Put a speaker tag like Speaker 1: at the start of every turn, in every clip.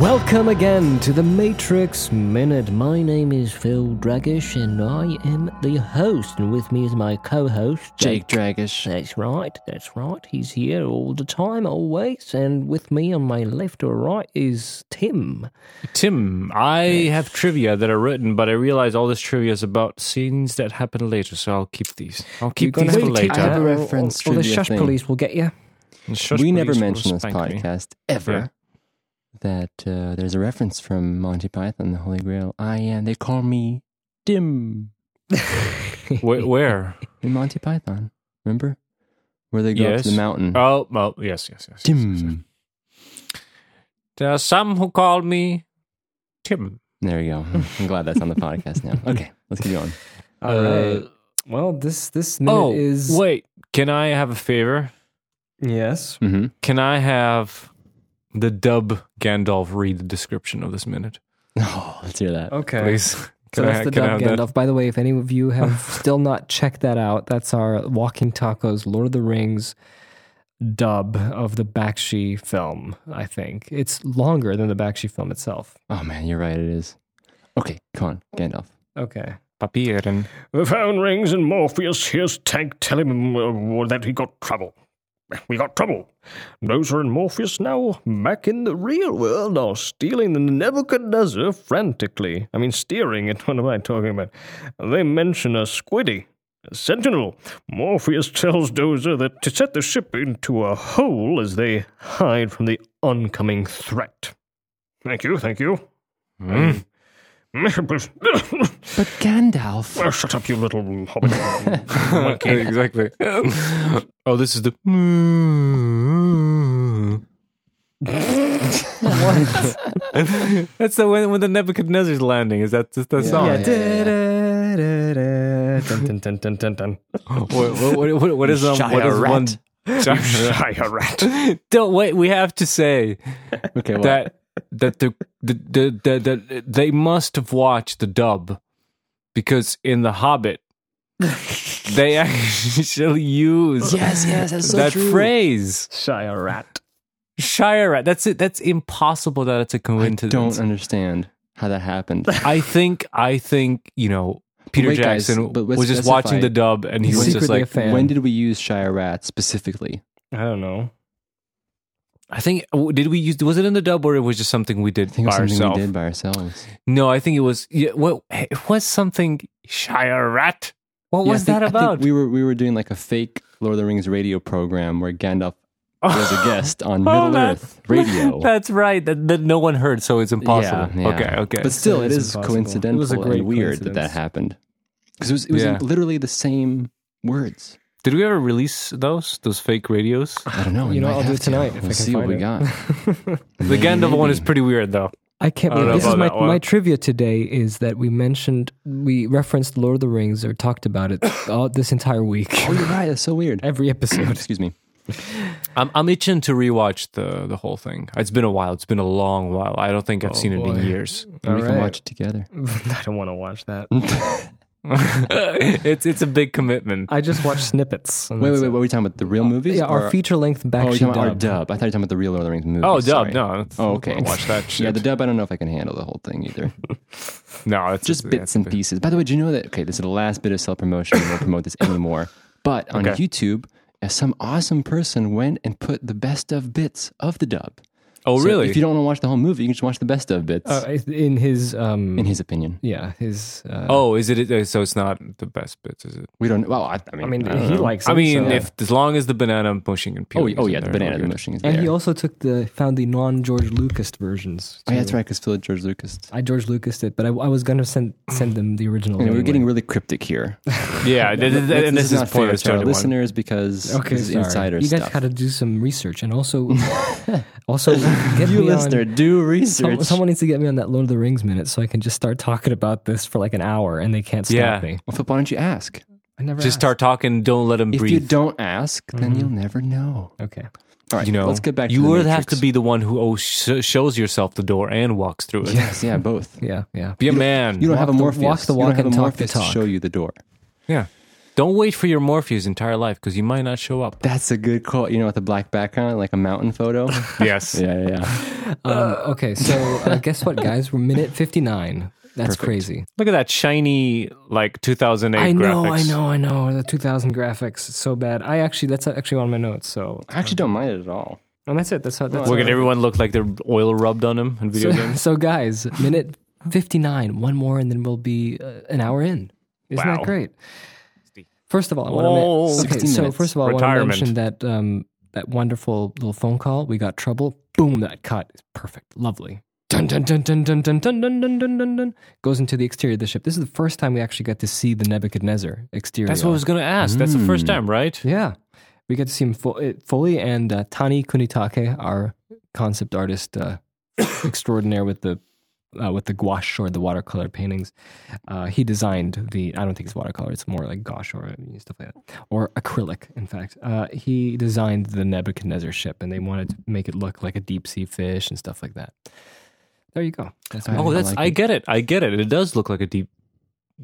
Speaker 1: Welcome again to the Matrix Minute. My name is Phil Dragish and I am the host, and with me is my co host,
Speaker 2: Jake Dragish.
Speaker 1: That's right, that's right. He's here all the time, always. And with me on my left or right is Tim.
Speaker 2: Tim, I have trivia that are written, but I realize all this trivia is about scenes that happen later, so I'll keep these. I'll keep
Speaker 1: You're
Speaker 2: these
Speaker 1: gonna
Speaker 2: for
Speaker 1: have to keep
Speaker 2: later.
Speaker 1: that,
Speaker 3: I have a
Speaker 1: or- or-
Speaker 3: reference
Speaker 1: Or the
Speaker 3: trivia
Speaker 1: shush
Speaker 3: thing.
Speaker 1: police will get you.
Speaker 2: And shush,
Speaker 3: we never
Speaker 2: please,
Speaker 3: mention this
Speaker 2: spank me.
Speaker 3: podcast ever
Speaker 2: Yeah.
Speaker 3: that uh, there's a reference from Monty Python, the Holy Grail. I am. They call me Dim
Speaker 2: Where? where?
Speaker 3: in Monty Python. Remember where they go up to
Speaker 2: Yes.
Speaker 3: the mountain?
Speaker 2: Oh, well, yes, yes, yes. yes, yes, yes.
Speaker 3: Dim.
Speaker 2: There are some who call me Tim.
Speaker 3: There we go. I'm glad that's on the podcast now. Okay, let's keep going.
Speaker 1: All
Speaker 2: Uh,
Speaker 1: right. Well, this this minute
Speaker 2: Oh,
Speaker 1: is
Speaker 2: wait. Can I have a favor?
Speaker 1: yes.
Speaker 3: Mm-hmm.
Speaker 2: Can I have the dub Gandalf read the description of this minute,
Speaker 3: Oh, let's hear that.
Speaker 1: Okay.
Speaker 2: please?
Speaker 1: So
Speaker 2: Can I,
Speaker 1: that's the
Speaker 2: can I
Speaker 1: Dub
Speaker 2: have that?
Speaker 1: Gandalf. By the way, if any of you have still not checked that out, that's our Walking Tacos Lord of the Rings dub of the Bakshi film, I think. It's longer than the Bakshi film itself.
Speaker 3: Oh man, you're right. It is. Okay, come on, Gandalf.
Speaker 1: Okay.
Speaker 2: Papieren.
Speaker 4: The phone rings and Morpheus hears Tank tell him uh, that he got trouble. We got trouble. Dozer and Morpheus now back in the real world are stealing the Nebuchadnezzar frantically. I mean, steering it. What am I talking about? They mention a squiddy. a Sentinel. Morpheus tells Dozer that to set the ship into a hole as they hide from the oncoming threat. Thank you, thank you.
Speaker 2: Mm.
Speaker 3: But Gandalf.
Speaker 4: Oh, shut up, you little hobbit. Monkey.
Speaker 2: exactly. oh, this is the. what? that's the when when the Nebuchadnezzar's landing. Is that just that song?
Speaker 3: Yeah, yeah,
Speaker 4: Dun, dun, dun, dun, dun, dun.
Speaker 2: What, what, what- what- what is um,
Speaker 3: Shire
Speaker 2: what is one?
Speaker 4: Shy a rat.
Speaker 2: Don't wait. We have to say
Speaker 3: Okay, well,
Speaker 2: that that the the, the, the the they must have watched the dub because in the Hobbit they actually use
Speaker 3: yes, yes, that's so
Speaker 2: that
Speaker 3: true.
Speaker 2: phrase.
Speaker 4: Shy a rat.
Speaker 2: Shire rat. That's it. That's impossible that it's a
Speaker 3: I
Speaker 2: coincidence.
Speaker 3: don't understand how that happened.
Speaker 2: I think. I think. You know, Peter
Speaker 3: Wait, guys,
Speaker 2: Jackson
Speaker 3: but let's
Speaker 2: was just
Speaker 3: specify.
Speaker 2: watching the dub, and he
Speaker 1: He's
Speaker 2: was just
Speaker 1: secretly
Speaker 2: like,
Speaker 1: a fan.
Speaker 3: When did we use Shire Rat specifically?
Speaker 4: I don't know.
Speaker 2: "I think oh, did we use? Was it in the dub, or it was just something we did
Speaker 3: I think it
Speaker 2: by
Speaker 3: was something
Speaker 2: ourselves?
Speaker 3: we did by ourselves.
Speaker 2: No, I think it was. Yeah, what it was something Shire rat. What
Speaker 3: Yeah, I
Speaker 2: was
Speaker 3: think-
Speaker 2: that
Speaker 3: I think
Speaker 2: about?
Speaker 3: we were we were doing like a fake Lord of the Rings radio program where Gandalf was a guest on Middle
Speaker 2: that's-
Speaker 3: Earth radio.
Speaker 2: Oh, That's right. That, that no one heard, so it's impossible.
Speaker 3: Yeah, yeah.
Speaker 2: Okay, okay.
Speaker 3: But still,
Speaker 1: That
Speaker 3: it
Speaker 1: is
Speaker 3: is
Speaker 1: impossible.
Speaker 3: coincidental
Speaker 1: It was a great
Speaker 3: and weird that that
Speaker 1: coincidence.
Speaker 3: happened because it was it was in
Speaker 2: Yeah.
Speaker 3: literally the same words.
Speaker 2: did we ever release those those fake radios?
Speaker 3: I don't know. we
Speaker 1: You know,
Speaker 3: might
Speaker 1: I'll do
Speaker 3: have
Speaker 1: it tonight
Speaker 3: To.
Speaker 1: if
Speaker 3: We'll
Speaker 1: I can
Speaker 3: see what
Speaker 1: find
Speaker 3: we
Speaker 1: it.
Speaker 3: got.
Speaker 2: The Gandalf one is pretty weird, though.
Speaker 1: I can't
Speaker 2: I don't
Speaker 1: believe
Speaker 2: know
Speaker 1: this is
Speaker 2: about
Speaker 1: my,
Speaker 2: that one.
Speaker 1: my trivia today is that we mentioned we referenced Lord of the Rings or talked about it all, this entire week.
Speaker 3: Oh, you're right. That's so weird.
Speaker 1: Every episode.
Speaker 3: Excuse me.
Speaker 2: I'm I'm itching to rewatch the the whole thing. It's been a while. It's been a long while. I don't
Speaker 3: Oh,
Speaker 2: think I've seen it
Speaker 1: boy.
Speaker 2: in years.
Speaker 3: And we
Speaker 1: right.
Speaker 3: can watch it together.
Speaker 4: I don't want to watch that.
Speaker 2: it's it's a big commitment.
Speaker 1: I just watched snippets. and
Speaker 3: Wait, wait,
Speaker 1: that's
Speaker 3: wait.
Speaker 1: it.
Speaker 3: What are we talking about? The real movies?
Speaker 1: Yeah,
Speaker 3: or-
Speaker 1: our feature length
Speaker 3: Oh, you're
Speaker 1: Bakshi
Speaker 3: talking about our
Speaker 1: dub.
Speaker 3: dub. I thought you were talking about the real Lord of the Rings movie.
Speaker 2: Oh, dub.
Speaker 3: Sorry.
Speaker 2: No.
Speaker 3: Oh, okay.
Speaker 2: I'll Watch that shit.
Speaker 3: Yeah, the dub. I don't know if I can handle the whole thing either.
Speaker 2: no, it's
Speaker 3: just
Speaker 2: yeah,
Speaker 3: bits
Speaker 2: it's
Speaker 3: and
Speaker 2: big.
Speaker 3: pieces. By the way, do you know that? Okay, this is the last bit of self promotion. We won't promote this anymore. But on
Speaker 2: Okay.
Speaker 3: YouTube, uh, some awesome person went and put the best of bits of the dub.
Speaker 2: Oh,
Speaker 3: So
Speaker 2: really?
Speaker 3: if you don't want to watch the whole movie, you can just watch the best of bits.
Speaker 1: Uh, in his um
Speaker 3: in his opinion,
Speaker 1: yeah, his uh,
Speaker 2: oh, is it? uh, So it's not the best bits, is it?
Speaker 3: we don't. Well, I, I mean,
Speaker 1: I mean,
Speaker 3: don't
Speaker 1: he
Speaker 3: know.
Speaker 1: likes.
Speaker 2: I
Speaker 1: it,
Speaker 2: mean,
Speaker 1: so-
Speaker 2: if as long as the banana mushing and
Speaker 3: Oh,
Speaker 2: peeling.
Speaker 3: uh, oh
Speaker 2: is in
Speaker 3: yeah, the
Speaker 2: there,
Speaker 3: banana
Speaker 2: we're
Speaker 3: the
Speaker 2: good.
Speaker 3: motion is
Speaker 1: and
Speaker 3: there.
Speaker 1: he also took the found the non George Lucas versions.
Speaker 3: oh, yeah, that's
Speaker 1: too.
Speaker 3: right, because Phil George Lucas.
Speaker 1: I George Lucas did, but I, I was gonna send send them the original.
Speaker 3: Anyway, we're
Speaker 1: anyway.
Speaker 3: getting really cryptic here.
Speaker 2: Yeah, th- th- th- and this, is
Speaker 3: not fair
Speaker 2: spoilers
Speaker 3: to our
Speaker 2: to listener.
Speaker 3: listeners because
Speaker 1: okay.
Speaker 3: this is
Speaker 1: sorry.
Speaker 3: insider
Speaker 1: you guys
Speaker 3: stuff.
Speaker 1: got to do some research, and also also get
Speaker 3: you
Speaker 1: me
Speaker 3: listener,
Speaker 1: on.
Speaker 3: do research.
Speaker 1: Some, someone needs to get me on that Lord of the Rings minute, so I can just start talking about this for like an hour, and they can't stop
Speaker 2: Yeah.
Speaker 1: me.
Speaker 3: well, Phil, why don't you ask?
Speaker 1: I never
Speaker 2: Just start talking. Don't let them
Speaker 3: If
Speaker 2: breathe.
Speaker 3: you don't ask, then you'll
Speaker 1: Mm-hmm.
Speaker 3: never know.
Speaker 1: Okay.
Speaker 3: All right,
Speaker 2: you know,
Speaker 3: let's get back.
Speaker 2: You
Speaker 3: to the
Speaker 2: would have
Speaker 3: Matrix.
Speaker 2: to be the one who oh, sh- shows yourself the door and walks through it.
Speaker 3: Yes, yeah, both.
Speaker 1: Yeah. Yeah.
Speaker 2: Be a man.
Speaker 3: You don't have a
Speaker 1: the-
Speaker 3: Morpheus.
Speaker 1: walk the
Speaker 3: You
Speaker 1: walk
Speaker 3: don't have
Speaker 1: and
Speaker 3: a
Speaker 1: talk the
Speaker 3: Morpheus
Speaker 1: talk.
Speaker 3: to show you the door.
Speaker 2: yeah. Don't wait for your Morpheus entire life because you might not show up.
Speaker 3: That's a good call. You know, with a black background, like a mountain photo.
Speaker 2: Yes.
Speaker 3: yeah, yeah, yeah.
Speaker 1: Um, okay, so uh, guess what, guys? We're minute 59. That's crazy.
Speaker 2: Look at that shiny like 2008
Speaker 1: I know,
Speaker 2: graphics.
Speaker 1: I know, I know. The 2000 graphics, it's so bad. I actually, that's actually on my notes. So,
Speaker 3: I actually don't mind it at all.
Speaker 1: and that's it. That's how. That's
Speaker 2: Look
Speaker 1: how-
Speaker 2: at everyone look like their oil rubbed on them in video
Speaker 1: So,
Speaker 2: games.
Speaker 1: so guys, minute 59, one more, and then we'll be uh, an hour in. Isn't
Speaker 2: Wow.
Speaker 1: that great? First of all, I want to
Speaker 2: Whoa.
Speaker 1: okay,
Speaker 3: 16
Speaker 1: so
Speaker 3: minutes.
Speaker 1: first of all, I want to
Speaker 2: Retirement.
Speaker 1: mention that um, that wonderful little phone call. We got trouble. Boom! That cut is perfect. Lovely. Dun dun dun dun dun dun dun dun dun dun dun dun. Goes into the exterior of the ship. This is the first time we actually got to see the Nebuchadnezzar exterior.
Speaker 2: That's what I was gonna ask. That's the first time, right?
Speaker 1: Yeah, we get to see him fu- it fully, and uh, Tani Kunitake, our concept artist uh, extraordinaire with the uh, with the gouache or the watercolor paintings, uh, he designed the. I don't think it's watercolor; it's more like gouache or uh, stuff like that, or acrylic. In fact, uh, he designed the Nebuchadnezzar ship, and they wanted to make it look like a deep sea fish and stuff like that. There you go. That's my
Speaker 2: Oh,
Speaker 3: I
Speaker 2: that's
Speaker 3: like
Speaker 2: I
Speaker 3: it.
Speaker 2: get it. I get it. It does look like a deep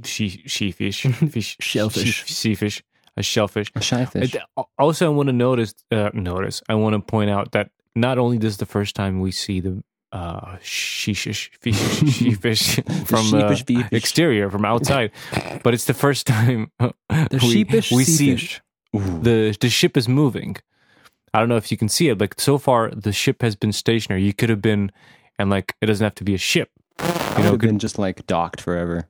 Speaker 2: she she fish fish
Speaker 1: Shellfish.
Speaker 2: she, sea fish a shellfish.
Speaker 3: A shy fish.
Speaker 2: I- uh, also, I want to notice uh, notice. I want to point out that not only this is the first time we see the uh she fish fish she fish from uh,
Speaker 3: sheepish bee fish.
Speaker 2: exterior from outside, but it's the first time
Speaker 1: the
Speaker 2: we,
Speaker 1: sheepish
Speaker 2: we
Speaker 1: sea
Speaker 2: see
Speaker 1: fish.
Speaker 2: the the ship is moving. I don't know if you can see it, but so far the ship has been stationary. You could have been, and like it doesn't have to be a ship.
Speaker 3: I
Speaker 2: You
Speaker 3: would
Speaker 2: know,
Speaker 3: have
Speaker 2: could,
Speaker 3: been just like docked forever.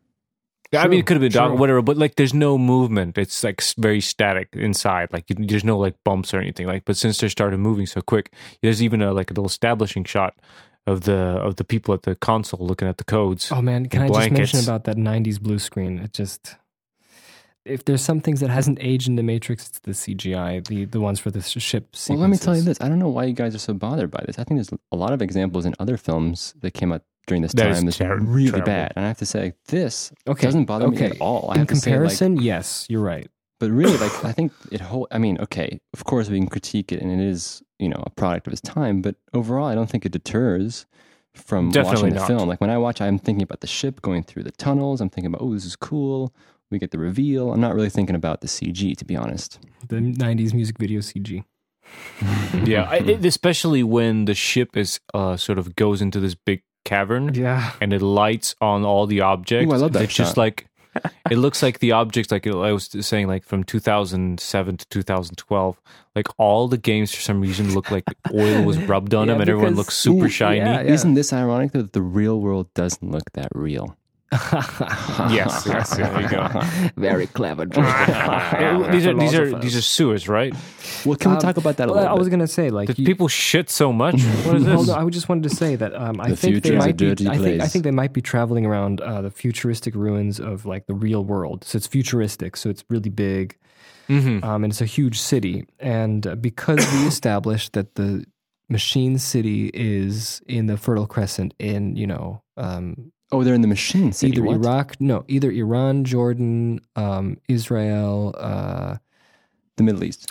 Speaker 2: I mean, it could have been a dog,
Speaker 1: true.
Speaker 2: whatever. But like, there's no movement. It's like s- very static inside. Like, you- there's no like bumps or anything. Like, but since they started moving so quick, there's even a like a little establishing shot of the of the people at the console looking at the codes.
Speaker 1: Oh man, can I just mention
Speaker 2: blankets.
Speaker 1: about that '90s blue screen? It just if there's some things that hasn't aged in the Matrix, it's the CGI, the the ones for the sh- ship. Sequences.
Speaker 3: Well, let me tell you this. I don't know why you guys are so bothered by this. I think there's a lot of examples in other films that came out during this
Speaker 2: That is
Speaker 3: time that's
Speaker 2: ter-
Speaker 3: really
Speaker 2: terrible.
Speaker 3: bad. And I have to say, this
Speaker 1: Okay,
Speaker 3: doesn't bother
Speaker 1: okay.
Speaker 3: me at all. I
Speaker 1: In
Speaker 3: have to say, like,
Speaker 1: comparison, yes, you're right.
Speaker 3: But really, like I think it whole. I mean, okay, of course we can critique it, and it is you know a product of its time. But overall, I don't think it deters from
Speaker 2: Definitely
Speaker 3: watching the
Speaker 2: not.
Speaker 3: film. Like when I watch, I'm thinking about the ship going through the tunnels. I'm thinking about oh, this is cool. We get the reveal. I'm not really thinking about the CG, to be honest.
Speaker 1: The '90s music video CG.
Speaker 2: yeah, I, it- especially when the ship is uh sort of goes into this big cavern
Speaker 1: Yeah,
Speaker 2: and it lights on all the objects.
Speaker 3: Ooh, I love
Speaker 2: And
Speaker 3: that
Speaker 2: It's just
Speaker 3: shot.
Speaker 2: like it looks like the objects, like I was saying, like from 2007 to 2012, like all the games for some reason look like oil was rubbed on
Speaker 1: Yeah,
Speaker 2: them, and everyone
Speaker 1: because-
Speaker 2: looks super
Speaker 1: Ooh,
Speaker 2: shiny.
Speaker 1: yeah, yeah.
Speaker 3: Isn't this ironic though that the real world doesn't look that real?
Speaker 2: Yes, yes, there you go.
Speaker 1: very clever.
Speaker 2: Uh, these are these are these are sewers, right?
Speaker 3: Well, can
Speaker 1: Um,
Speaker 3: we talk about that a
Speaker 1: Well, I
Speaker 3: little
Speaker 1: was
Speaker 3: bit?
Speaker 1: gonna say like
Speaker 2: Did
Speaker 1: you-
Speaker 2: people shit so much? What is
Speaker 1: Well,
Speaker 2: this?
Speaker 1: no, I just wanted to say that um, I
Speaker 3: The
Speaker 1: think they
Speaker 3: future is a
Speaker 1: might be.
Speaker 3: dirty
Speaker 1: I think I
Speaker 3: place.
Speaker 1: think they might be traveling around uh, the futuristic ruins of like the real world. So it's futuristic. So it's really big,
Speaker 2: Mhm.
Speaker 1: um, and it's a huge city. And uh, because we established that the machine city is in the Fertile Crescent, in you know. Um,
Speaker 3: oh, they're in the machine city.
Speaker 1: either
Speaker 3: What?
Speaker 1: Iraq, no, either Iran, Jordan, um, Israel. Uh,
Speaker 3: the Middle East.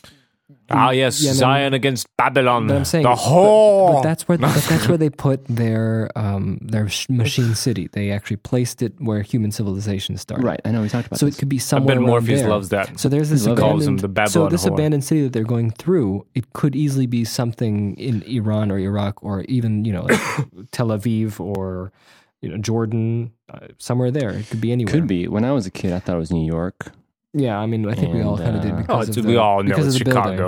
Speaker 2: Ah, yes,
Speaker 1: Yemen.
Speaker 2: Zion against Babylon.
Speaker 1: But I'm saying
Speaker 2: the
Speaker 1: but-
Speaker 2: whole.
Speaker 1: But, that's where but that's where they put their um, their sh- machine city. They actually placed it where human civilization started.
Speaker 3: Right. I know we talked about
Speaker 1: So
Speaker 3: this.
Speaker 1: it could be
Speaker 2: I
Speaker 1: somewhere.
Speaker 2: bet
Speaker 1: around
Speaker 2: Morpheus
Speaker 1: there.
Speaker 2: loves that.
Speaker 1: So there's this
Speaker 3: He loves it.
Speaker 2: Calls
Speaker 1: abandoned,
Speaker 2: him the
Speaker 1: so
Speaker 2: Babylon
Speaker 1: this
Speaker 2: whore.
Speaker 1: abandoned city that they're going through. It could easily be something in Iran or Iraq or even you know like Tel Aviv or you know Jordan, uh, somewhere there. It could be anywhere.
Speaker 3: Could be. When I was a kid, I thought it was New York.
Speaker 1: Yeah, I mean, I think we all
Speaker 3: And,
Speaker 1: kind of did
Speaker 3: uh,
Speaker 1: because
Speaker 2: Oh,
Speaker 1: of
Speaker 2: it's,
Speaker 1: the,
Speaker 2: we all know
Speaker 1: because
Speaker 2: it's
Speaker 1: of the building.
Speaker 2: Chicago,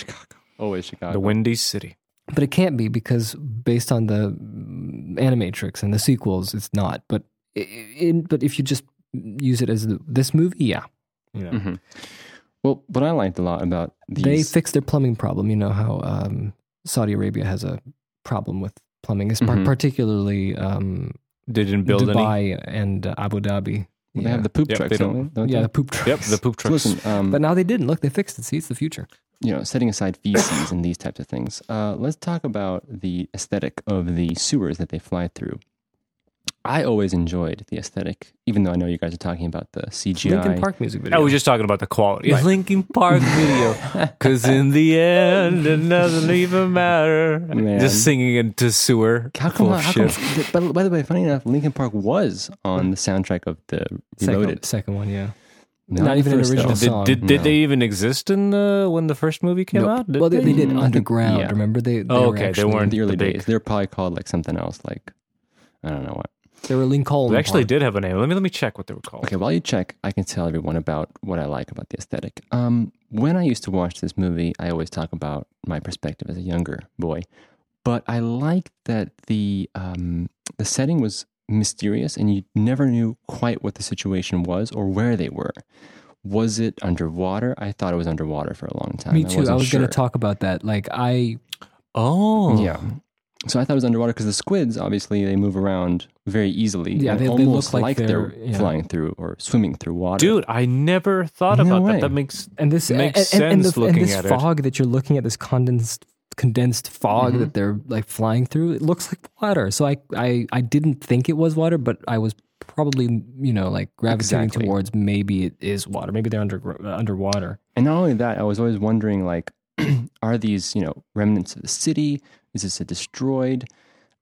Speaker 3: Chicago. Always Chicago.
Speaker 2: the Windy City.
Speaker 1: But it can't be because based on the mm, Animatrix and the sequels, it's not. But i- in, but if you just use it as the, this movie, yeah, you know.
Speaker 3: Mhm. Well, what I liked a lot about these,
Speaker 1: they fixed their plumbing problem. You know how um, Saudi Arabia has a problem with plumbing, it's par-
Speaker 2: Mm-hmm.
Speaker 3: Mhm.
Speaker 1: particularly um,
Speaker 2: They didn't build any.
Speaker 1: Dubai and uh, Abu Dhabi.
Speaker 3: well, they
Speaker 1: yeah.
Speaker 3: have the poop
Speaker 2: Yep,
Speaker 3: trucks,
Speaker 2: they
Speaker 3: don't,
Speaker 2: don't-
Speaker 3: they? Don't
Speaker 1: yeah,
Speaker 3: they?
Speaker 1: the poop
Speaker 2: Yep,
Speaker 1: trucks.
Speaker 2: the poop
Speaker 3: So
Speaker 2: trucks.
Speaker 3: listen, um,
Speaker 1: But now they didn't look. They fixed it. See, it's the future.
Speaker 3: you know, setting aside feces and these types of things, uh, let's talk about the aesthetic of the sewers that they fly through. I always enjoyed the aesthetic, even though I know you guys are talking about the
Speaker 1: Lincoln
Speaker 3: CGI.
Speaker 1: Park music video.
Speaker 2: I was just talking about the quality.
Speaker 3: Right.
Speaker 2: Linkin Park video. Cause in the end, it doesn't even matter.
Speaker 3: Man.
Speaker 2: Just singing into sewer.
Speaker 3: How come?
Speaker 2: full of
Speaker 3: How come th- but by the way, funny enough, Lincoln Park was on the soundtrack of the
Speaker 1: second,
Speaker 3: Reloaded.
Speaker 1: second one, yeah. Not even an
Speaker 3: first, though.
Speaker 1: original
Speaker 2: Did,
Speaker 1: song.
Speaker 2: did, did
Speaker 3: No.
Speaker 2: they even exist in the, when the first movie came
Speaker 3: Nope.
Speaker 2: out? Did
Speaker 1: well, they,
Speaker 2: they?
Speaker 1: they did underground.
Speaker 3: yeah.
Speaker 1: Remember they? they
Speaker 2: Oh,
Speaker 1: were
Speaker 2: okay, they
Speaker 1: actually-
Speaker 2: weren't-
Speaker 3: in the early
Speaker 2: the big-
Speaker 3: days. They're probably called like something else, like I don't know what.
Speaker 1: They were Lincoln.
Speaker 2: They actually
Speaker 1: Park.
Speaker 2: did have a name. Let me let me check what they were called.
Speaker 3: Okay, while you check, I can tell everyone about what I like about the aesthetic. Um, when I used to watch this movie, I always talk about my perspective as a younger boy, but I like that the um, the setting was mysterious and you never knew quite what the situation was or where they were. Was it underwater? I thought it was underwater for a long time.
Speaker 1: Me too. I,
Speaker 3: wasn't
Speaker 1: was
Speaker 3: sure.
Speaker 1: going to talk about that. Like I,
Speaker 2: Oh,
Speaker 3: Yeah. So I thought it was underwater because the squids obviously they move around very easily.
Speaker 1: Yeah,
Speaker 3: and
Speaker 1: they- they look
Speaker 3: almost
Speaker 1: like
Speaker 3: like, they're,
Speaker 1: they're- yeah.
Speaker 3: flying through or swimming through water.
Speaker 2: dude, I never thought
Speaker 3: No
Speaker 2: about
Speaker 3: way.
Speaker 2: that. That makes
Speaker 1: and this
Speaker 2: Makes
Speaker 1: and, and, and
Speaker 2: sense
Speaker 1: the,
Speaker 2: looking
Speaker 1: and this
Speaker 2: at it.
Speaker 1: fog that you're looking at, this condensed condensed fog
Speaker 3: Mhm.
Speaker 1: that they're like flying through, it looks like water. So I, I, I didn't think it was water, but I was probably you know like gravitating
Speaker 3: Exactly.
Speaker 1: towards maybe it is water. Maybe they're under uh, underwater.
Speaker 3: And not only that, I was always wondering like, are these you know remnants of the city? Is this a destroyed,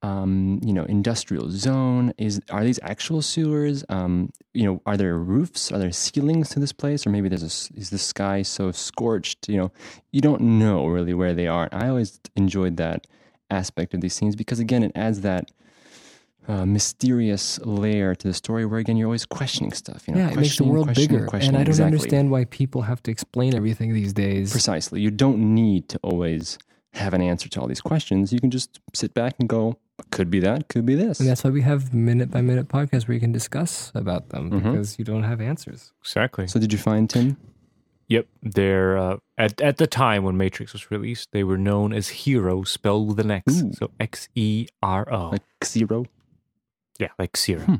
Speaker 3: um, you know, industrial zone? Is are these actual sewers? Um, you know, are there roofs? Are there ceilings to this place? Or maybe there's a s- is the sky so scorched? You know, you don't know really where they are. I always enjoyed that aspect of these scenes because again, it adds that. Uh, mysterious layer to the story where again you're always questioning stuff you know
Speaker 1: yeah, it makes the
Speaker 3: questioning,
Speaker 1: world
Speaker 3: questioning,
Speaker 1: bigger, and
Speaker 3: questioning.
Speaker 1: I don't
Speaker 3: Exactly.
Speaker 1: understand why people have to explain everything these days.
Speaker 3: Precisely. You don't need to always have an answer to all these questions. You can just sit back and go, could be that, could be this.
Speaker 1: And that's why we have minute by minute podcasts where you can discuss about them
Speaker 3: Mhm.
Speaker 1: because you don't have answers.
Speaker 2: exactly.
Speaker 3: so did you find Tim?
Speaker 2: Yep, they're uh, at at the time when Matrix was released, they were known as Hero, spelled with an X,
Speaker 3: Ooh.
Speaker 2: so X E R O.
Speaker 3: Like zero?
Speaker 2: Yeah, like zero.
Speaker 3: Hmm.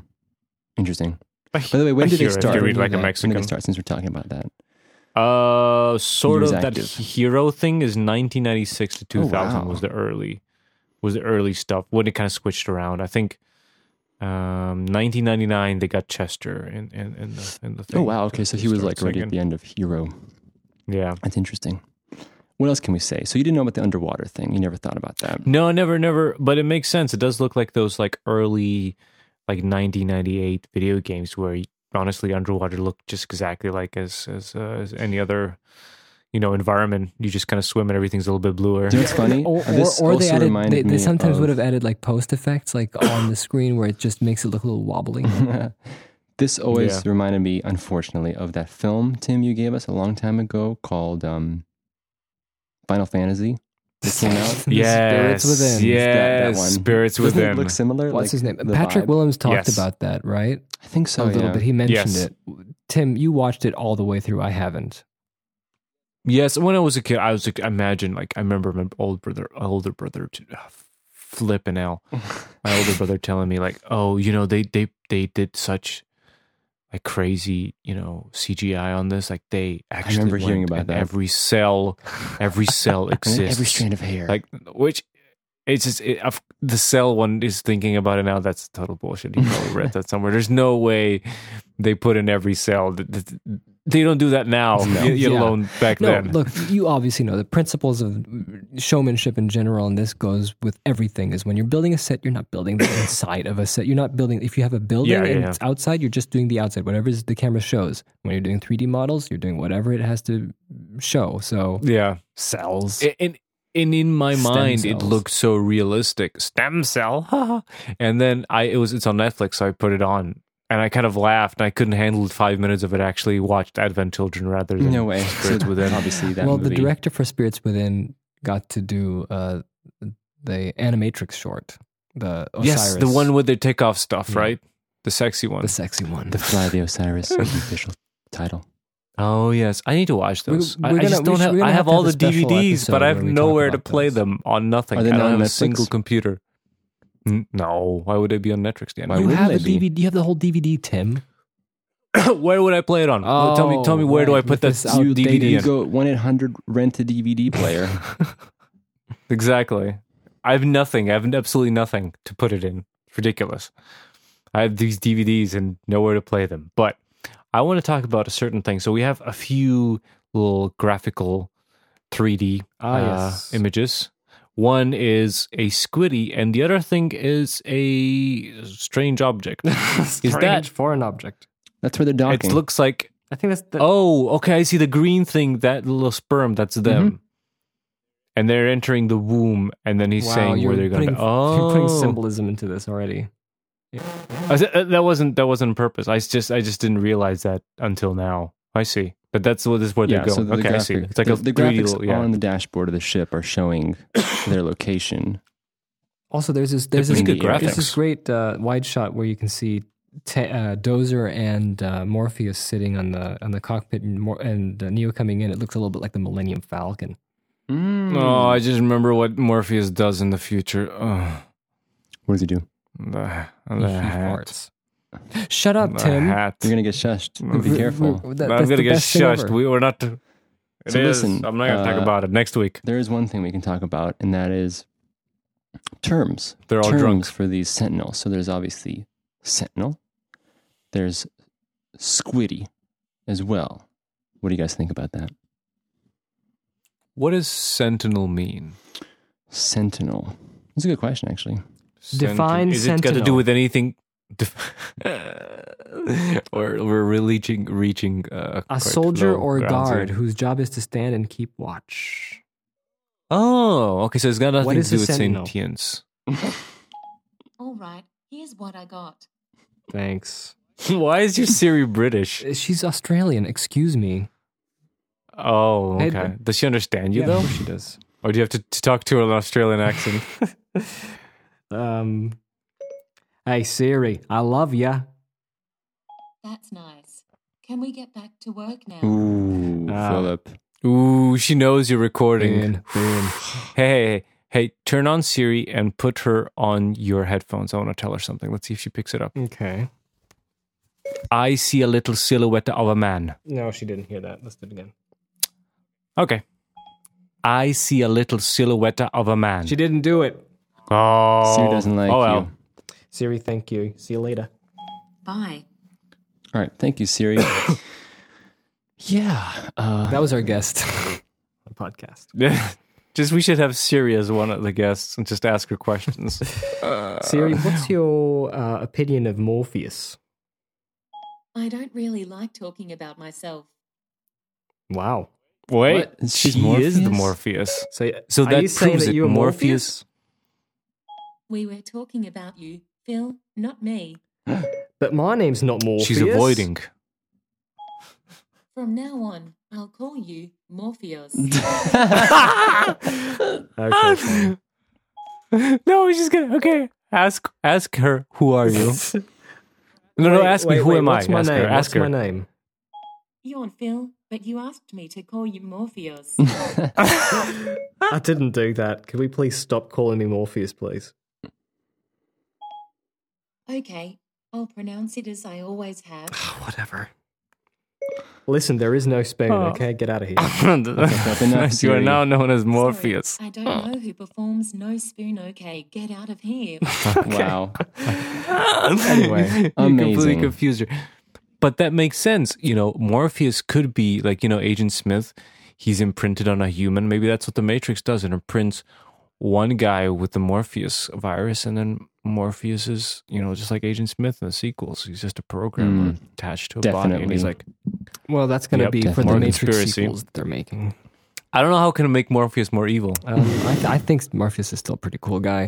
Speaker 3: Interesting.
Speaker 2: By
Speaker 3: By the way, when did
Speaker 2: hero,
Speaker 3: it start?
Speaker 2: If you read like a
Speaker 3: When did
Speaker 2: Mexican.
Speaker 3: it start since we're talking about that?
Speaker 2: Uh, sort
Speaker 3: Years
Speaker 2: of that
Speaker 3: active.
Speaker 2: hero thing is 1996 to
Speaker 3: Oh,
Speaker 2: 2000
Speaker 3: wow.
Speaker 2: was the early was the early stuff when it kind of switched around. I think um 1999 they got Chester in in, in the in the thing.
Speaker 3: Oh, wow. Okay. So he was like
Speaker 2: starts
Speaker 3: already at
Speaker 2: singing.
Speaker 3: the end of Hero.
Speaker 2: yeah.
Speaker 3: That's interesting. What else can we say? So you didn't know about the underwater thing. You never thought about that.
Speaker 2: No, never, never. But it makes sense. It does look like those like early, like 1998 video games where honestly underwater looked just exactly like as as, uh, as any other, you know, environment. You just kind of swim and everything's a little bit bluer.
Speaker 3: Do you know what's funny?
Speaker 1: Or,
Speaker 3: Uh,
Speaker 1: or,
Speaker 3: this
Speaker 1: or they
Speaker 3: also
Speaker 1: added,
Speaker 3: reminded
Speaker 1: they, they
Speaker 3: me
Speaker 1: sometimes
Speaker 3: of-
Speaker 1: would have added like post effects like on the screen where it just makes it look a little wobbly.
Speaker 3: this always
Speaker 2: Yeah.
Speaker 3: reminded me, unfortunately, of that film Tim you gave us a long time ago called um, Final Fantasy. It came out.
Speaker 1: The
Speaker 2: Yes,
Speaker 1: Spirits Within.
Speaker 2: yes,
Speaker 3: That- that one.
Speaker 2: spirits
Speaker 3: Doesn't
Speaker 2: within.
Speaker 3: it look similar?
Speaker 1: What's
Speaker 3: Like,
Speaker 1: his name?
Speaker 3: the
Speaker 1: Patrick
Speaker 3: vibe?
Speaker 1: Williams talked
Speaker 2: Yes.
Speaker 1: about that, right?
Speaker 3: I think so.
Speaker 1: a little
Speaker 3: yeah.
Speaker 1: bit. He mentioned
Speaker 2: Yes.
Speaker 1: it. Tim, you watched it all the way through. I haven't.
Speaker 2: Yes, when I was a kid, I was like, imagine like I remember my old brother, older brother, t- ah, flipping out. My older brother telling me like, oh, you know, they they they did such like crazy, you know, CGI on this. Like they actually
Speaker 3: remember hearing
Speaker 2: went
Speaker 3: about
Speaker 2: and
Speaker 3: that.
Speaker 2: Every cell, every cell
Speaker 3: And then
Speaker 2: exists.
Speaker 3: every strand of hair.
Speaker 2: like which. It's just it, I've- the cell one is thinking about it now. That's total bullshit. You probably read that somewhere. There's no way they put in every cell. Th- th- They don't do that now.
Speaker 3: No.
Speaker 2: y- Yet
Speaker 1: Yeah.
Speaker 2: alone back
Speaker 1: No,
Speaker 2: then.
Speaker 1: look, you obviously know the principles of showmanship in general, and this goes with everything. Is when you're building a set, you're not building the inside of a set. You're not building. If you have a building
Speaker 2: Yeah, yeah,
Speaker 1: and
Speaker 2: yeah.
Speaker 1: it's outside, you're just doing the outside, whatever is the camera shows. When you're doing 3D models, you're doing whatever it has to show. So
Speaker 2: yeah.
Speaker 1: cells.
Speaker 2: A- and and in my
Speaker 1: Stem
Speaker 2: mind it
Speaker 1: cells.
Speaker 2: looked so realistic stem cell haha. and then i it was it's on netflix so i put it on and i kind of laughed and i couldn't handle five minutes of it I actually watched advent children rather than
Speaker 3: no way.
Speaker 2: Spirits Within.
Speaker 3: Obviously, that
Speaker 1: well,
Speaker 3: movie.
Speaker 1: the director for Spirits Within got to do uh, the animatrix short, the Osiris,
Speaker 2: yes the one with the takeoff stuff
Speaker 1: Yeah.
Speaker 2: right the sexy one
Speaker 1: the sexy one.
Speaker 3: The Fly of the Osiris is the official title.
Speaker 2: oh yes i need to watch
Speaker 1: We-
Speaker 2: those I, I
Speaker 1: we're gonna-
Speaker 2: just
Speaker 1: we
Speaker 2: don't
Speaker 1: should-
Speaker 2: have
Speaker 1: we're
Speaker 2: i
Speaker 1: gonna
Speaker 2: have
Speaker 1: have to
Speaker 2: all
Speaker 1: have
Speaker 2: the
Speaker 1: a special
Speaker 2: dvds but
Speaker 1: episode
Speaker 2: i have
Speaker 1: where we talk
Speaker 2: nowhere to
Speaker 1: about
Speaker 2: play
Speaker 1: those.
Speaker 2: them on nothing
Speaker 3: Are they
Speaker 2: i
Speaker 3: not
Speaker 2: don't
Speaker 3: on
Speaker 2: have a
Speaker 3: Netflix?
Speaker 2: single computer N- no why would it be on netflix Dan?
Speaker 3: Why
Speaker 1: you
Speaker 3: wouldn't
Speaker 1: have a
Speaker 3: it be?
Speaker 1: DVD. You have the whole DVD, Tim.
Speaker 2: where would i play it on Well, tell me tell me
Speaker 1: Oh,
Speaker 2: where do i
Speaker 1: right,
Speaker 2: put
Speaker 1: with
Speaker 2: that
Speaker 1: this outdated-
Speaker 2: dvd in?
Speaker 3: You go one eight hundred rent a DVD player.
Speaker 2: Exactly. I have nothing. I have absolutely nothing to put it in. It's ridiculous. I have these DVDs and nowhere to play them. But I want to talk about a certain thing. So we have a few little graphical 3D
Speaker 1: Ah,
Speaker 2: uh,
Speaker 1: yes.
Speaker 2: images. One is a squiddy, and the other thing is a strange object.
Speaker 1: Strange
Speaker 2: that-
Speaker 1: for an object?
Speaker 3: That's where they're docking.
Speaker 2: It looks like
Speaker 1: I think that's the.
Speaker 2: Oh, okay. I see the green thing, that little sperm,
Speaker 3: Mm-hmm.
Speaker 2: that's them. And they're entering the womb, and then he's
Speaker 1: wow,
Speaker 2: saying
Speaker 1: you're
Speaker 2: where they're going
Speaker 1: putting,
Speaker 2: to. Oh,
Speaker 1: you're putting symbolism into this already.
Speaker 2: I was- uh, that wasn't that wasn't on purpose. I s- just I just didn't realize that until now. I see. But that's what this is where
Speaker 3: yeah,
Speaker 2: they're
Speaker 3: so
Speaker 2: going.
Speaker 3: the
Speaker 2: okay,
Speaker 3: graphic,
Speaker 2: I see. It's like
Speaker 3: the,
Speaker 2: a
Speaker 3: the
Speaker 2: 3D
Speaker 3: graphics
Speaker 2: little- yeah.
Speaker 3: on the dashboard of the ship are showing their location.
Speaker 1: Also, there's this there's
Speaker 3: They're
Speaker 1: this,
Speaker 3: pretty good
Speaker 1: there's this
Speaker 2: graphics.
Speaker 1: great uh, wide shot where you can see Ta uh, Dozer and uh, Morpheus sitting on the on the cockpit, and, Mor- and uh, Neo coming in. It looks a little bit like the Millennium Falcon.
Speaker 2: Oh,
Speaker 3: Mm.
Speaker 2: I just remember what Morpheus does in the future. Ugh.
Speaker 3: What does he do?
Speaker 2: the,
Speaker 1: He
Speaker 2: the hat.
Speaker 1: farts. Shut up,
Speaker 2: The
Speaker 1: Tim.
Speaker 2: hat.
Speaker 3: You're gonna get shushed.
Speaker 2: Mm.
Speaker 1: We're-
Speaker 3: Be careful.
Speaker 1: we're- that-
Speaker 2: I'm
Speaker 1: that's
Speaker 2: gonna
Speaker 1: the
Speaker 2: get
Speaker 1: best thing ever.
Speaker 2: shushed. We were not. It
Speaker 3: So
Speaker 2: is.
Speaker 3: listen,
Speaker 2: I'm not gonna
Speaker 3: uh,
Speaker 2: talk about it next week.
Speaker 3: There is one thing we can talk about, and that is terms.
Speaker 2: They're all
Speaker 3: terms
Speaker 2: drunk.
Speaker 3: for these sentinels. So there's obviously sentinel. There's squiddy as well. What do you guys think about that?
Speaker 2: What does sentinel mean?
Speaker 3: Sentinel. That's a good question, actually.
Speaker 1: Define
Speaker 2: Is it got to do
Speaker 1: sentinel.
Speaker 2: with anything? or we're really reaching, reaching uh,
Speaker 1: A
Speaker 2: quite
Speaker 1: soldier
Speaker 2: low
Speaker 1: or a
Speaker 2: grounds here.
Speaker 1: guard whose job is to stand and keep watch.
Speaker 2: Oh, okay. So it's got nothing
Speaker 1: What
Speaker 2: to
Speaker 1: is
Speaker 2: do
Speaker 1: a
Speaker 2: with
Speaker 1: sentinel?
Speaker 2: sentience.
Speaker 5: All right, here's what I got.
Speaker 1: Thanks.
Speaker 2: Why is your Siri British?
Speaker 1: Uh, She's Australian. Excuse me.
Speaker 2: Oh,
Speaker 1: Hey,
Speaker 2: okay. Does she understand you
Speaker 1: yeah,
Speaker 2: though,
Speaker 1: Of course she does.
Speaker 2: or do you have to, to talk to her in an Australian accent?
Speaker 1: Um. Hey Siri, I love ya.
Speaker 5: That's nice. Can we get back to work now?
Speaker 3: Ooh,
Speaker 1: Ah.
Speaker 3: Philip.
Speaker 2: Ooh, she knows you're recording.
Speaker 1: In, in.
Speaker 2: Hey, hey, hey, hey, turn on Siri and put her on your headphones. I want to tell her something. Let's see if she picks it up.
Speaker 1: Okay.
Speaker 2: I see a little silhouette of a man.
Speaker 1: No, she didn't hear that. Let's do it again.
Speaker 2: Okay. I see a little silhouette of a man.
Speaker 1: She didn't do it.
Speaker 2: Oh,
Speaker 3: Siri doesn't like
Speaker 2: oh, well.
Speaker 3: you.
Speaker 1: Siri, thank you. See you later.
Speaker 5: Bye.
Speaker 3: All right, thank you, Siri. yeah, uh,
Speaker 1: That was our guest. podcast.
Speaker 2: just we should have Siri as one of the guests and just ask her questions. Uh,
Speaker 1: Siri, what's your uh, opinion of Morpheus?
Speaker 5: I don't really like talking about myself.
Speaker 1: Wow.
Speaker 2: Wait,
Speaker 3: What?
Speaker 2: she
Speaker 3: She's Morpheus?
Speaker 2: is the Morpheus.
Speaker 1: So,
Speaker 2: So
Speaker 1: are
Speaker 2: that
Speaker 1: you saying
Speaker 2: proves
Speaker 1: that
Speaker 2: it.
Speaker 1: you're
Speaker 2: Morpheus-
Speaker 5: We were talking about you, Phil, not me.
Speaker 1: But my name's not Morpheus.
Speaker 2: She's avoiding.
Speaker 5: From now on, I'll call you Morpheus.
Speaker 4: Ah!
Speaker 2: Ah.
Speaker 1: Okay, fine.
Speaker 2: no, she's gonna okay. Ask ask her who are you? No, no,
Speaker 1: Wait,
Speaker 2: ask me
Speaker 1: wait,
Speaker 2: who
Speaker 1: wait,
Speaker 2: am
Speaker 1: what's
Speaker 2: I?
Speaker 1: My
Speaker 2: ask
Speaker 1: name?
Speaker 2: her. Ask
Speaker 1: what's
Speaker 2: her.
Speaker 1: my name?
Speaker 5: Yawn, Phil, but you asked me to call you Morpheus.
Speaker 2: Ah.
Speaker 1: I didn't do that. Can we please stop calling me Morpheus, please?
Speaker 5: okay, I'll pronounce it as I always have.
Speaker 1: Whatever. Listen, there is no spoon,
Speaker 2: Ah.
Speaker 1: okay? Get out of here.
Speaker 3: that's enough,
Speaker 2: you are
Speaker 3: Siri.
Speaker 2: now known as Morpheus.
Speaker 5: Sorry, I don't know who performs No Spoon Okay. Get out of here.
Speaker 3: wow.
Speaker 2: anyway, completely
Speaker 3: amazing.
Speaker 2: confused her. But that makes sense. You know, Morpheus could be like, you know, Agent Smith, he's imprinted on a human. Maybe that's what the Matrix does. It imprints one guy with the Morpheus virus, and then Morpheus is, you know, just like Agent Smith in the sequels. He's just a programmer attached to a body. And he's
Speaker 3: Definitely.
Speaker 2: like,
Speaker 1: Well, that's going to
Speaker 2: Yep,
Speaker 1: be for the
Speaker 2: definitely.
Speaker 1: Matrix
Speaker 2: Conspiracy.
Speaker 1: sequels that they're making.
Speaker 2: I don't know how can I make Morpheus more evil.
Speaker 1: Um, I, th- I think Morpheus is still a pretty cool guy.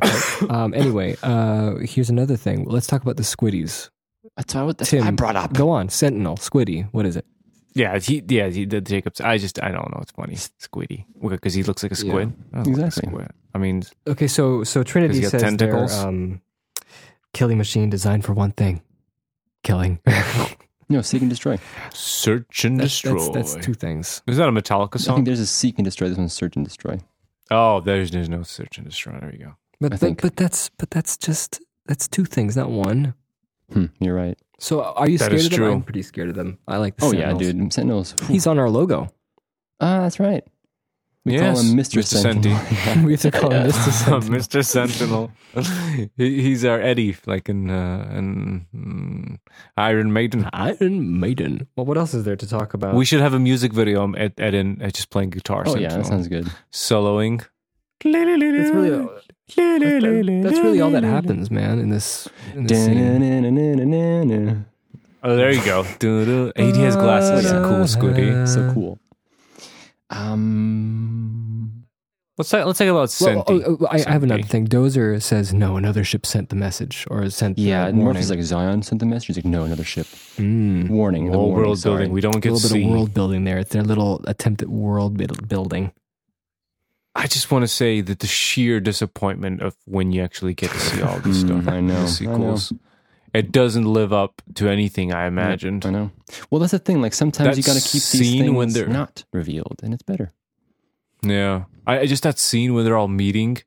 Speaker 1: Um, anyway, uh, here's another thing. Let's talk about the squiddies.
Speaker 3: That's what that's
Speaker 1: Tim,
Speaker 3: what I brought up.
Speaker 1: Go on, Sentinel, Squiddy. What is it?
Speaker 2: Yeah, he, yeah, he did Jacobs. I just, I don't know. It's funny. Squiddy. Because he looks like a squid. I don't look like a
Speaker 3: Exactly.
Speaker 2: squid. I mean,
Speaker 1: Okay, so so
Speaker 2: Does
Speaker 1: Trinity
Speaker 2: he got
Speaker 1: says
Speaker 2: tentacles?
Speaker 1: they're um, killing machine designed for one thing: killing.
Speaker 3: No, seek and destroy.
Speaker 2: search and
Speaker 1: That's-
Speaker 2: destroy.
Speaker 1: That's, that's two things.
Speaker 2: Is that a Metallica
Speaker 3: I think
Speaker 2: song?
Speaker 3: there's a seek and destroy. This one's search and destroy.
Speaker 2: Oh, there's there's no search and destroy. There you go.
Speaker 1: But
Speaker 3: I
Speaker 1: but-
Speaker 3: think-
Speaker 1: but that's but that's just that's two things, not one.
Speaker 3: Hmm, you're right.
Speaker 1: So are you
Speaker 2: That
Speaker 1: scared
Speaker 2: is
Speaker 1: of them?
Speaker 2: true.
Speaker 1: I'm pretty scared of them. I like. The
Speaker 3: Oh
Speaker 1: Sentinels.
Speaker 3: yeah, dude. Sentinels. Whew.
Speaker 1: He's on our logo.
Speaker 3: ah, that's right. We
Speaker 2: Yes,
Speaker 3: call him Mr.
Speaker 2: Mr.
Speaker 3: Sentinel.
Speaker 1: we have to call him Mr. Sentinel.
Speaker 2: Mr. Sentinel. he, he's our Eddie, like in uh, in mm, Iron Maiden.
Speaker 1: Iron Maiden. Well, what else is there to talk about?
Speaker 2: We should have a music video um, at Eden uh, just playing guitar.
Speaker 3: oh yeah,
Speaker 2: Sentinel.
Speaker 3: that sounds good.
Speaker 2: soloing.
Speaker 1: that's really that's, that's really all that happens, man. In this, in this scene.
Speaker 3: Da-na-na-na-na-na-na.
Speaker 2: Oh, there you go. Doo-doo. And he has glasses.
Speaker 3: Yeah.
Speaker 2: Cool, Scooty.
Speaker 3: so cool. Um,
Speaker 2: Let's talk, let's talk about
Speaker 1: Well,
Speaker 2: Senti.
Speaker 1: oh, oh, I, I have another
Speaker 2: Senti.
Speaker 1: thing. Dozer says no. Another ship sent the message or sent.
Speaker 3: yeah,
Speaker 1: the
Speaker 3: and
Speaker 1: warning.
Speaker 3: Morpheus is like Zion sent the message. He's like, no, another ship.
Speaker 1: Mm.
Speaker 3: Warning. the
Speaker 2: Whole
Speaker 3: warning,
Speaker 2: Hmm. world
Speaker 3: sorry.
Speaker 2: building. We don't
Speaker 1: a
Speaker 2: get
Speaker 1: little bit
Speaker 2: see.
Speaker 1: of world building there. It's their little attempt at world build- building.
Speaker 2: I just want to say that the sheer disappointment of when you actually get to see all this
Speaker 3: Mm,
Speaker 2: stuff,
Speaker 3: I know, I
Speaker 2: the
Speaker 3: know.
Speaker 2: sequels, it doesn't live up to anything I imagined.
Speaker 3: I know. Well, that's the thing. Like sometimes
Speaker 2: That
Speaker 3: you got to keep these
Speaker 2: scene
Speaker 3: things
Speaker 2: when they're-
Speaker 3: not revealed, and it's better.
Speaker 2: Yeah, I, I just that scene where they're all meeting,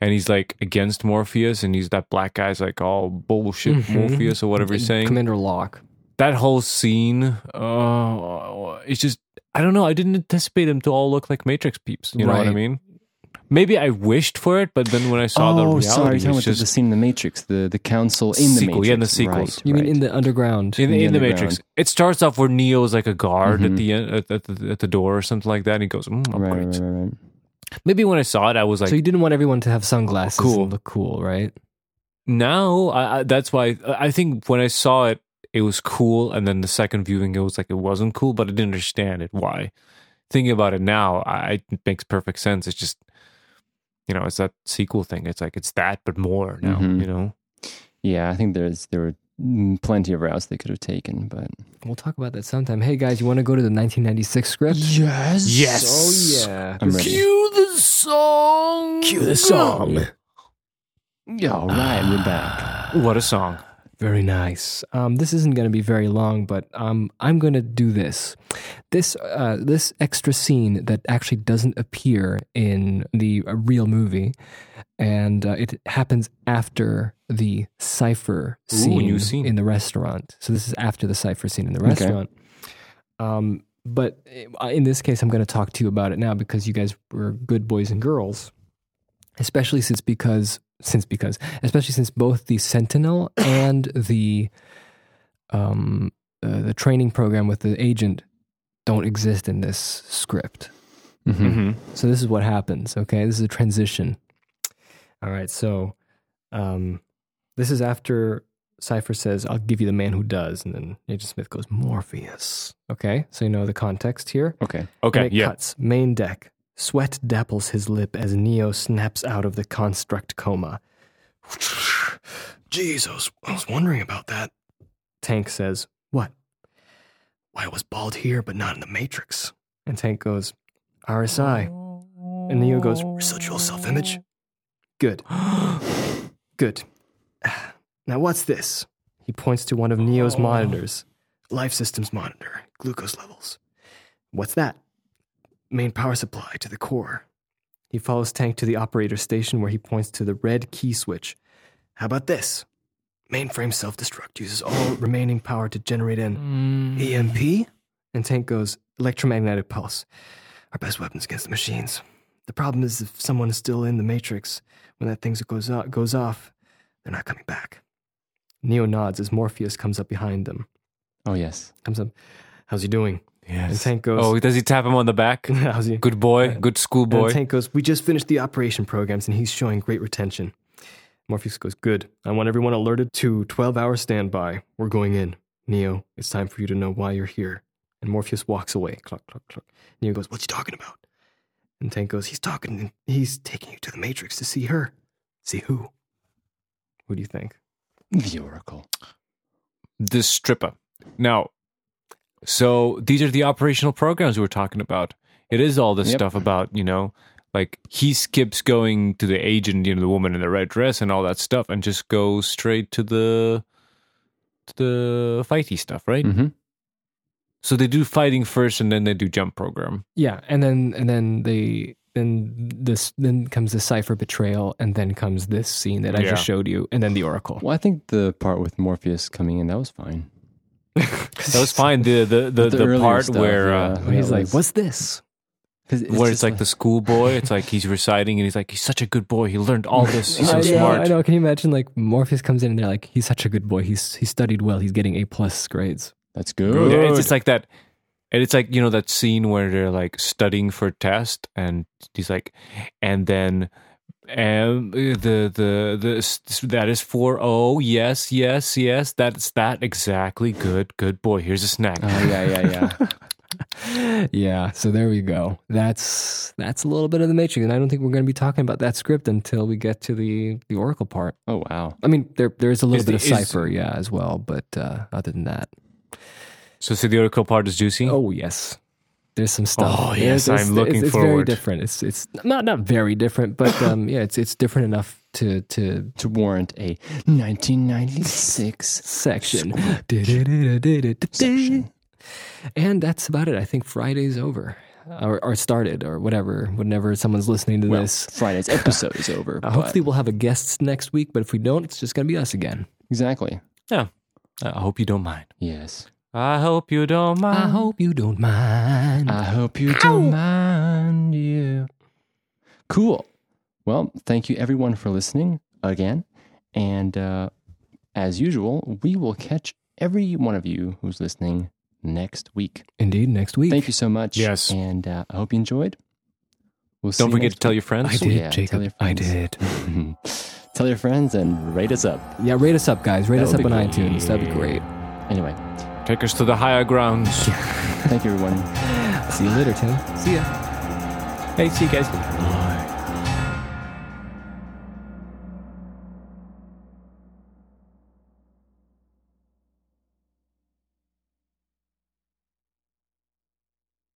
Speaker 2: and he's like against Morpheus, and he's that black guy's like all bullshit
Speaker 3: Mm-hmm.
Speaker 1: Mhm.
Speaker 2: Morpheus or whatever he's saying.
Speaker 1: Commander Locke.
Speaker 2: that whole scene, uh, it's just I don't know. I didn't anticipate them to all look like Matrix peeps. You know what I
Speaker 1: Right.
Speaker 2: mean? Maybe I wished for it, but then when I saw the
Speaker 3: oh,
Speaker 2: reality,
Speaker 3: sorry. You're talking
Speaker 2: it's
Speaker 3: about the-
Speaker 2: just
Speaker 3: the scene in the Matrix, the the council in the
Speaker 2: Sequel,
Speaker 3: Matrix.
Speaker 2: yeah, in the sequels.
Speaker 3: Right,
Speaker 1: You
Speaker 3: right.
Speaker 1: mean in the underground?
Speaker 2: in,
Speaker 3: in the
Speaker 2: in the Matrix.
Speaker 3: underground.
Speaker 2: It starts off where Neo is like a guard at
Speaker 3: Mhm.
Speaker 2: the end, at, at, the, at the door or something like that, and he goes, mm,
Speaker 3: Right, right,
Speaker 2: upgrades.
Speaker 3: right, right.
Speaker 2: Maybe when I saw it, I was like,
Speaker 1: so you didn't want everyone to have sunglasses
Speaker 2: Cool.
Speaker 1: and look cool, right?
Speaker 2: no. I, I, that's why I I think when I saw it, it was cool, and then the second viewing, it was like it wasn't cool, but I didn't understand it. Why? Thinking about it now, I, I- it makes perfect sense. It's just, you know, it's that sequel thing. It's like it's that, but more now.
Speaker 3: Mhm.
Speaker 2: You know,
Speaker 3: Yeah, I think there's there were mm, plenty of routes they could have taken, but
Speaker 1: We'll talk about that sometime. Hey guys, you want to go to the 1996 script?
Speaker 3: yes,
Speaker 1: Oh yeah.
Speaker 3: I'm ready.
Speaker 2: cue the song.
Speaker 4: Cue the song.
Speaker 3: Yeah, all right, we're back.
Speaker 2: What a song!
Speaker 1: Very nice. Um, this isn't going to be very long, but um, I'm going to do this. This uh, this extra scene that actually doesn't appear in the uh, real movie, and uh, it happens after the cipher
Speaker 2: Ooh,
Speaker 1: scene,
Speaker 2: new scene.
Speaker 1: in the restaurant. So this is after the cipher scene in the
Speaker 3: Okay.
Speaker 1: restaurant. Um, but uh, in this case, I'm going to talk to you about it now because you guys were good boys and girls, especially since because since because especially since both the Sentinel and the um, uh, the training program with the agent don't exist in this script.
Speaker 3: Mhm.
Speaker 2: Mm-hmm.
Speaker 1: So this is what happens. Okay, this is a transition. All right, so um, this is after Cipher says, "I'll give you the man who does," and then Agent Smith goes, "Morpheus." Okay, so you know the context here.
Speaker 3: Okay.
Speaker 2: Okay,
Speaker 1: And it
Speaker 2: yeah.
Speaker 1: cuts. Main deck. Sweat dapples his lip as Neo snaps out of the construct coma.
Speaker 4: Jeez, I was, I was wondering about that.
Speaker 1: Tank says, What?
Speaker 4: Why it was bald here, but not in the Matrix.
Speaker 1: And Tank goes, RSI. And Neo goes,
Speaker 4: Residual self-image.
Speaker 1: Good, good. Now what's this? He points to one of Neo's monitors.
Speaker 4: Life systems monitor. Glucose levels. What's that? Main power supply to the core.
Speaker 1: He follows Tank to the operator station where he points to the red key switch.
Speaker 4: How about this? Mainframe self-destruct uses all remaining power to generate an
Speaker 2: Mm.
Speaker 4: E EMP.
Speaker 1: And Tank goes, electromagnetic pulse.
Speaker 4: Our best weapons against the machines. The problem is if someone is still in the Matrix, when that thing goes, o- goes off, they're not coming back.
Speaker 1: Neo nods as Morpheus comes up behind them.
Speaker 3: Oh yes.
Speaker 1: Comes up, how's he doing? And
Speaker 2: Yes.
Speaker 1: Tank goes,
Speaker 2: Oh, does he tap him on the back?
Speaker 1: how's he?
Speaker 2: Good boy, good
Speaker 1: And
Speaker 2: schoolboy.
Speaker 1: Tank goes, We just finished the operation programs and he's showing great retention. Morpheus goes, Good. I want everyone alerted to 12 hour standby. We're going in. Neo, it's time for you to know why you're here. And Morpheus walks away. Cluck, cluck, cluck. Neo goes,
Speaker 4: What's he talking about?
Speaker 1: And Tank goes,
Speaker 4: He's talking, he's taking you to the Matrix to see her. See who?
Speaker 1: Who do you think?
Speaker 3: The Oracle.
Speaker 2: The stripper. Now, so these are the operational programs we were talking about. It is all this
Speaker 3: Yep.
Speaker 2: stuff about, you know, like he skips going to the agent, you know, the woman in the red dress and all that stuff and just goes straight to the to the fighty stuff, right?
Speaker 3: Mm-hmm.
Speaker 2: So they do fighting first and then they do jump program.
Speaker 1: Yeah. And then, and then they. Then this, then comes the cipher betrayal, and then comes this scene that I
Speaker 2: Yeah.
Speaker 1: just showed you, and then the oracle.
Speaker 3: Well, I think the part with Morpheus coming in that was fine.
Speaker 2: That was fine. The the the,
Speaker 3: The
Speaker 2: the,
Speaker 3: earlier
Speaker 2: part
Speaker 3: stuff,
Speaker 2: where
Speaker 3: yeah.
Speaker 2: uh,
Speaker 1: Where he's
Speaker 3: That
Speaker 1: like,
Speaker 3: was-
Speaker 1: "What's this?"
Speaker 3: 'Cause
Speaker 2: where it's
Speaker 3: just
Speaker 2: like the schoolboy, it's like he's reciting and he's like, he's such a good boy. He learned all this. He's so
Speaker 1: I know,
Speaker 2: smart.
Speaker 1: I know. Can you imagine? Like Morpheus comes in and they're like, "He's such a good boy. He's he studied well. He's getting A plus grades."
Speaker 3: that's
Speaker 2: Yeah,
Speaker 3: good.
Speaker 2: it's just like that. And it's like, you know, that scene where they're like studying for a test and he's like, and then and the the the s- that is four oh yes yes yes that's that exactly good good boy here's a snack
Speaker 3: Oh yeah, yeah, yeah.
Speaker 6: yeah, so there we go. That's that's a little bit of the Matrix, and I don't think we're going to be talking about that script until we get to the the Oracle part.
Speaker 3: oh wow.
Speaker 6: I mean, there there is a little
Speaker 2: Is
Speaker 6: bit
Speaker 2: the-
Speaker 6: of
Speaker 2: is-
Speaker 6: cipher, yeah, as well, but uh, other than that,
Speaker 2: so so the oracle part is juicy
Speaker 6: oh yes, there's some stuff.
Speaker 2: Oh,
Speaker 6: Yeah,
Speaker 2: yes,
Speaker 6: there's-
Speaker 2: I'm looking
Speaker 6: it's, it's very
Speaker 2: forward.
Speaker 6: different. It's it's not not very different, but um, yeah, it's it's different enough to to
Speaker 3: To warrant a 1996
Speaker 6: section.
Speaker 3: section.
Speaker 6: And that's about it. I think Friday's over, or, or started, or whatever. Whenever someone's listening to
Speaker 3: Well,
Speaker 6: this,
Speaker 3: Friday's episode is over.
Speaker 6: Uh,
Speaker 3: but-
Speaker 6: hopefully, we'll have a guest next week, but if we don't, it's just going to be us again.
Speaker 3: exactly.
Speaker 2: i hope you don't mind
Speaker 3: Yes.
Speaker 2: i hope you don't mind
Speaker 6: I hope you don't mind.
Speaker 3: I hope you don't mind you. Cool. Well, thank you everyone for listening again. And uh, as usual, we will catch every one of you who's listening next week.
Speaker 6: Indeed, next week.
Speaker 3: Thank you so much.
Speaker 2: Yes.
Speaker 3: And uh, I hope you enjoyed. We'll see
Speaker 2: don't
Speaker 3: you
Speaker 2: forget
Speaker 3: next Oh,
Speaker 2: to tell your
Speaker 6: I
Speaker 2: friends
Speaker 6: did,
Speaker 3: yeah, tell your
Speaker 6: Jacob. I
Speaker 3: friends.
Speaker 6: did.
Speaker 3: Tell your friends and rate us up.
Speaker 6: Yeah, rate us up, guys. Rate
Speaker 3: That
Speaker 6: us
Speaker 3: would
Speaker 6: up
Speaker 3: be
Speaker 6: on
Speaker 3: great.
Speaker 6: iTunes. That'd be great.
Speaker 3: Anyway,
Speaker 2: take us to the higher grounds
Speaker 3: thank you everyone.
Speaker 6: See you later, Tim. See ya.
Speaker 2: hey see you guys
Speaker 3: Bye.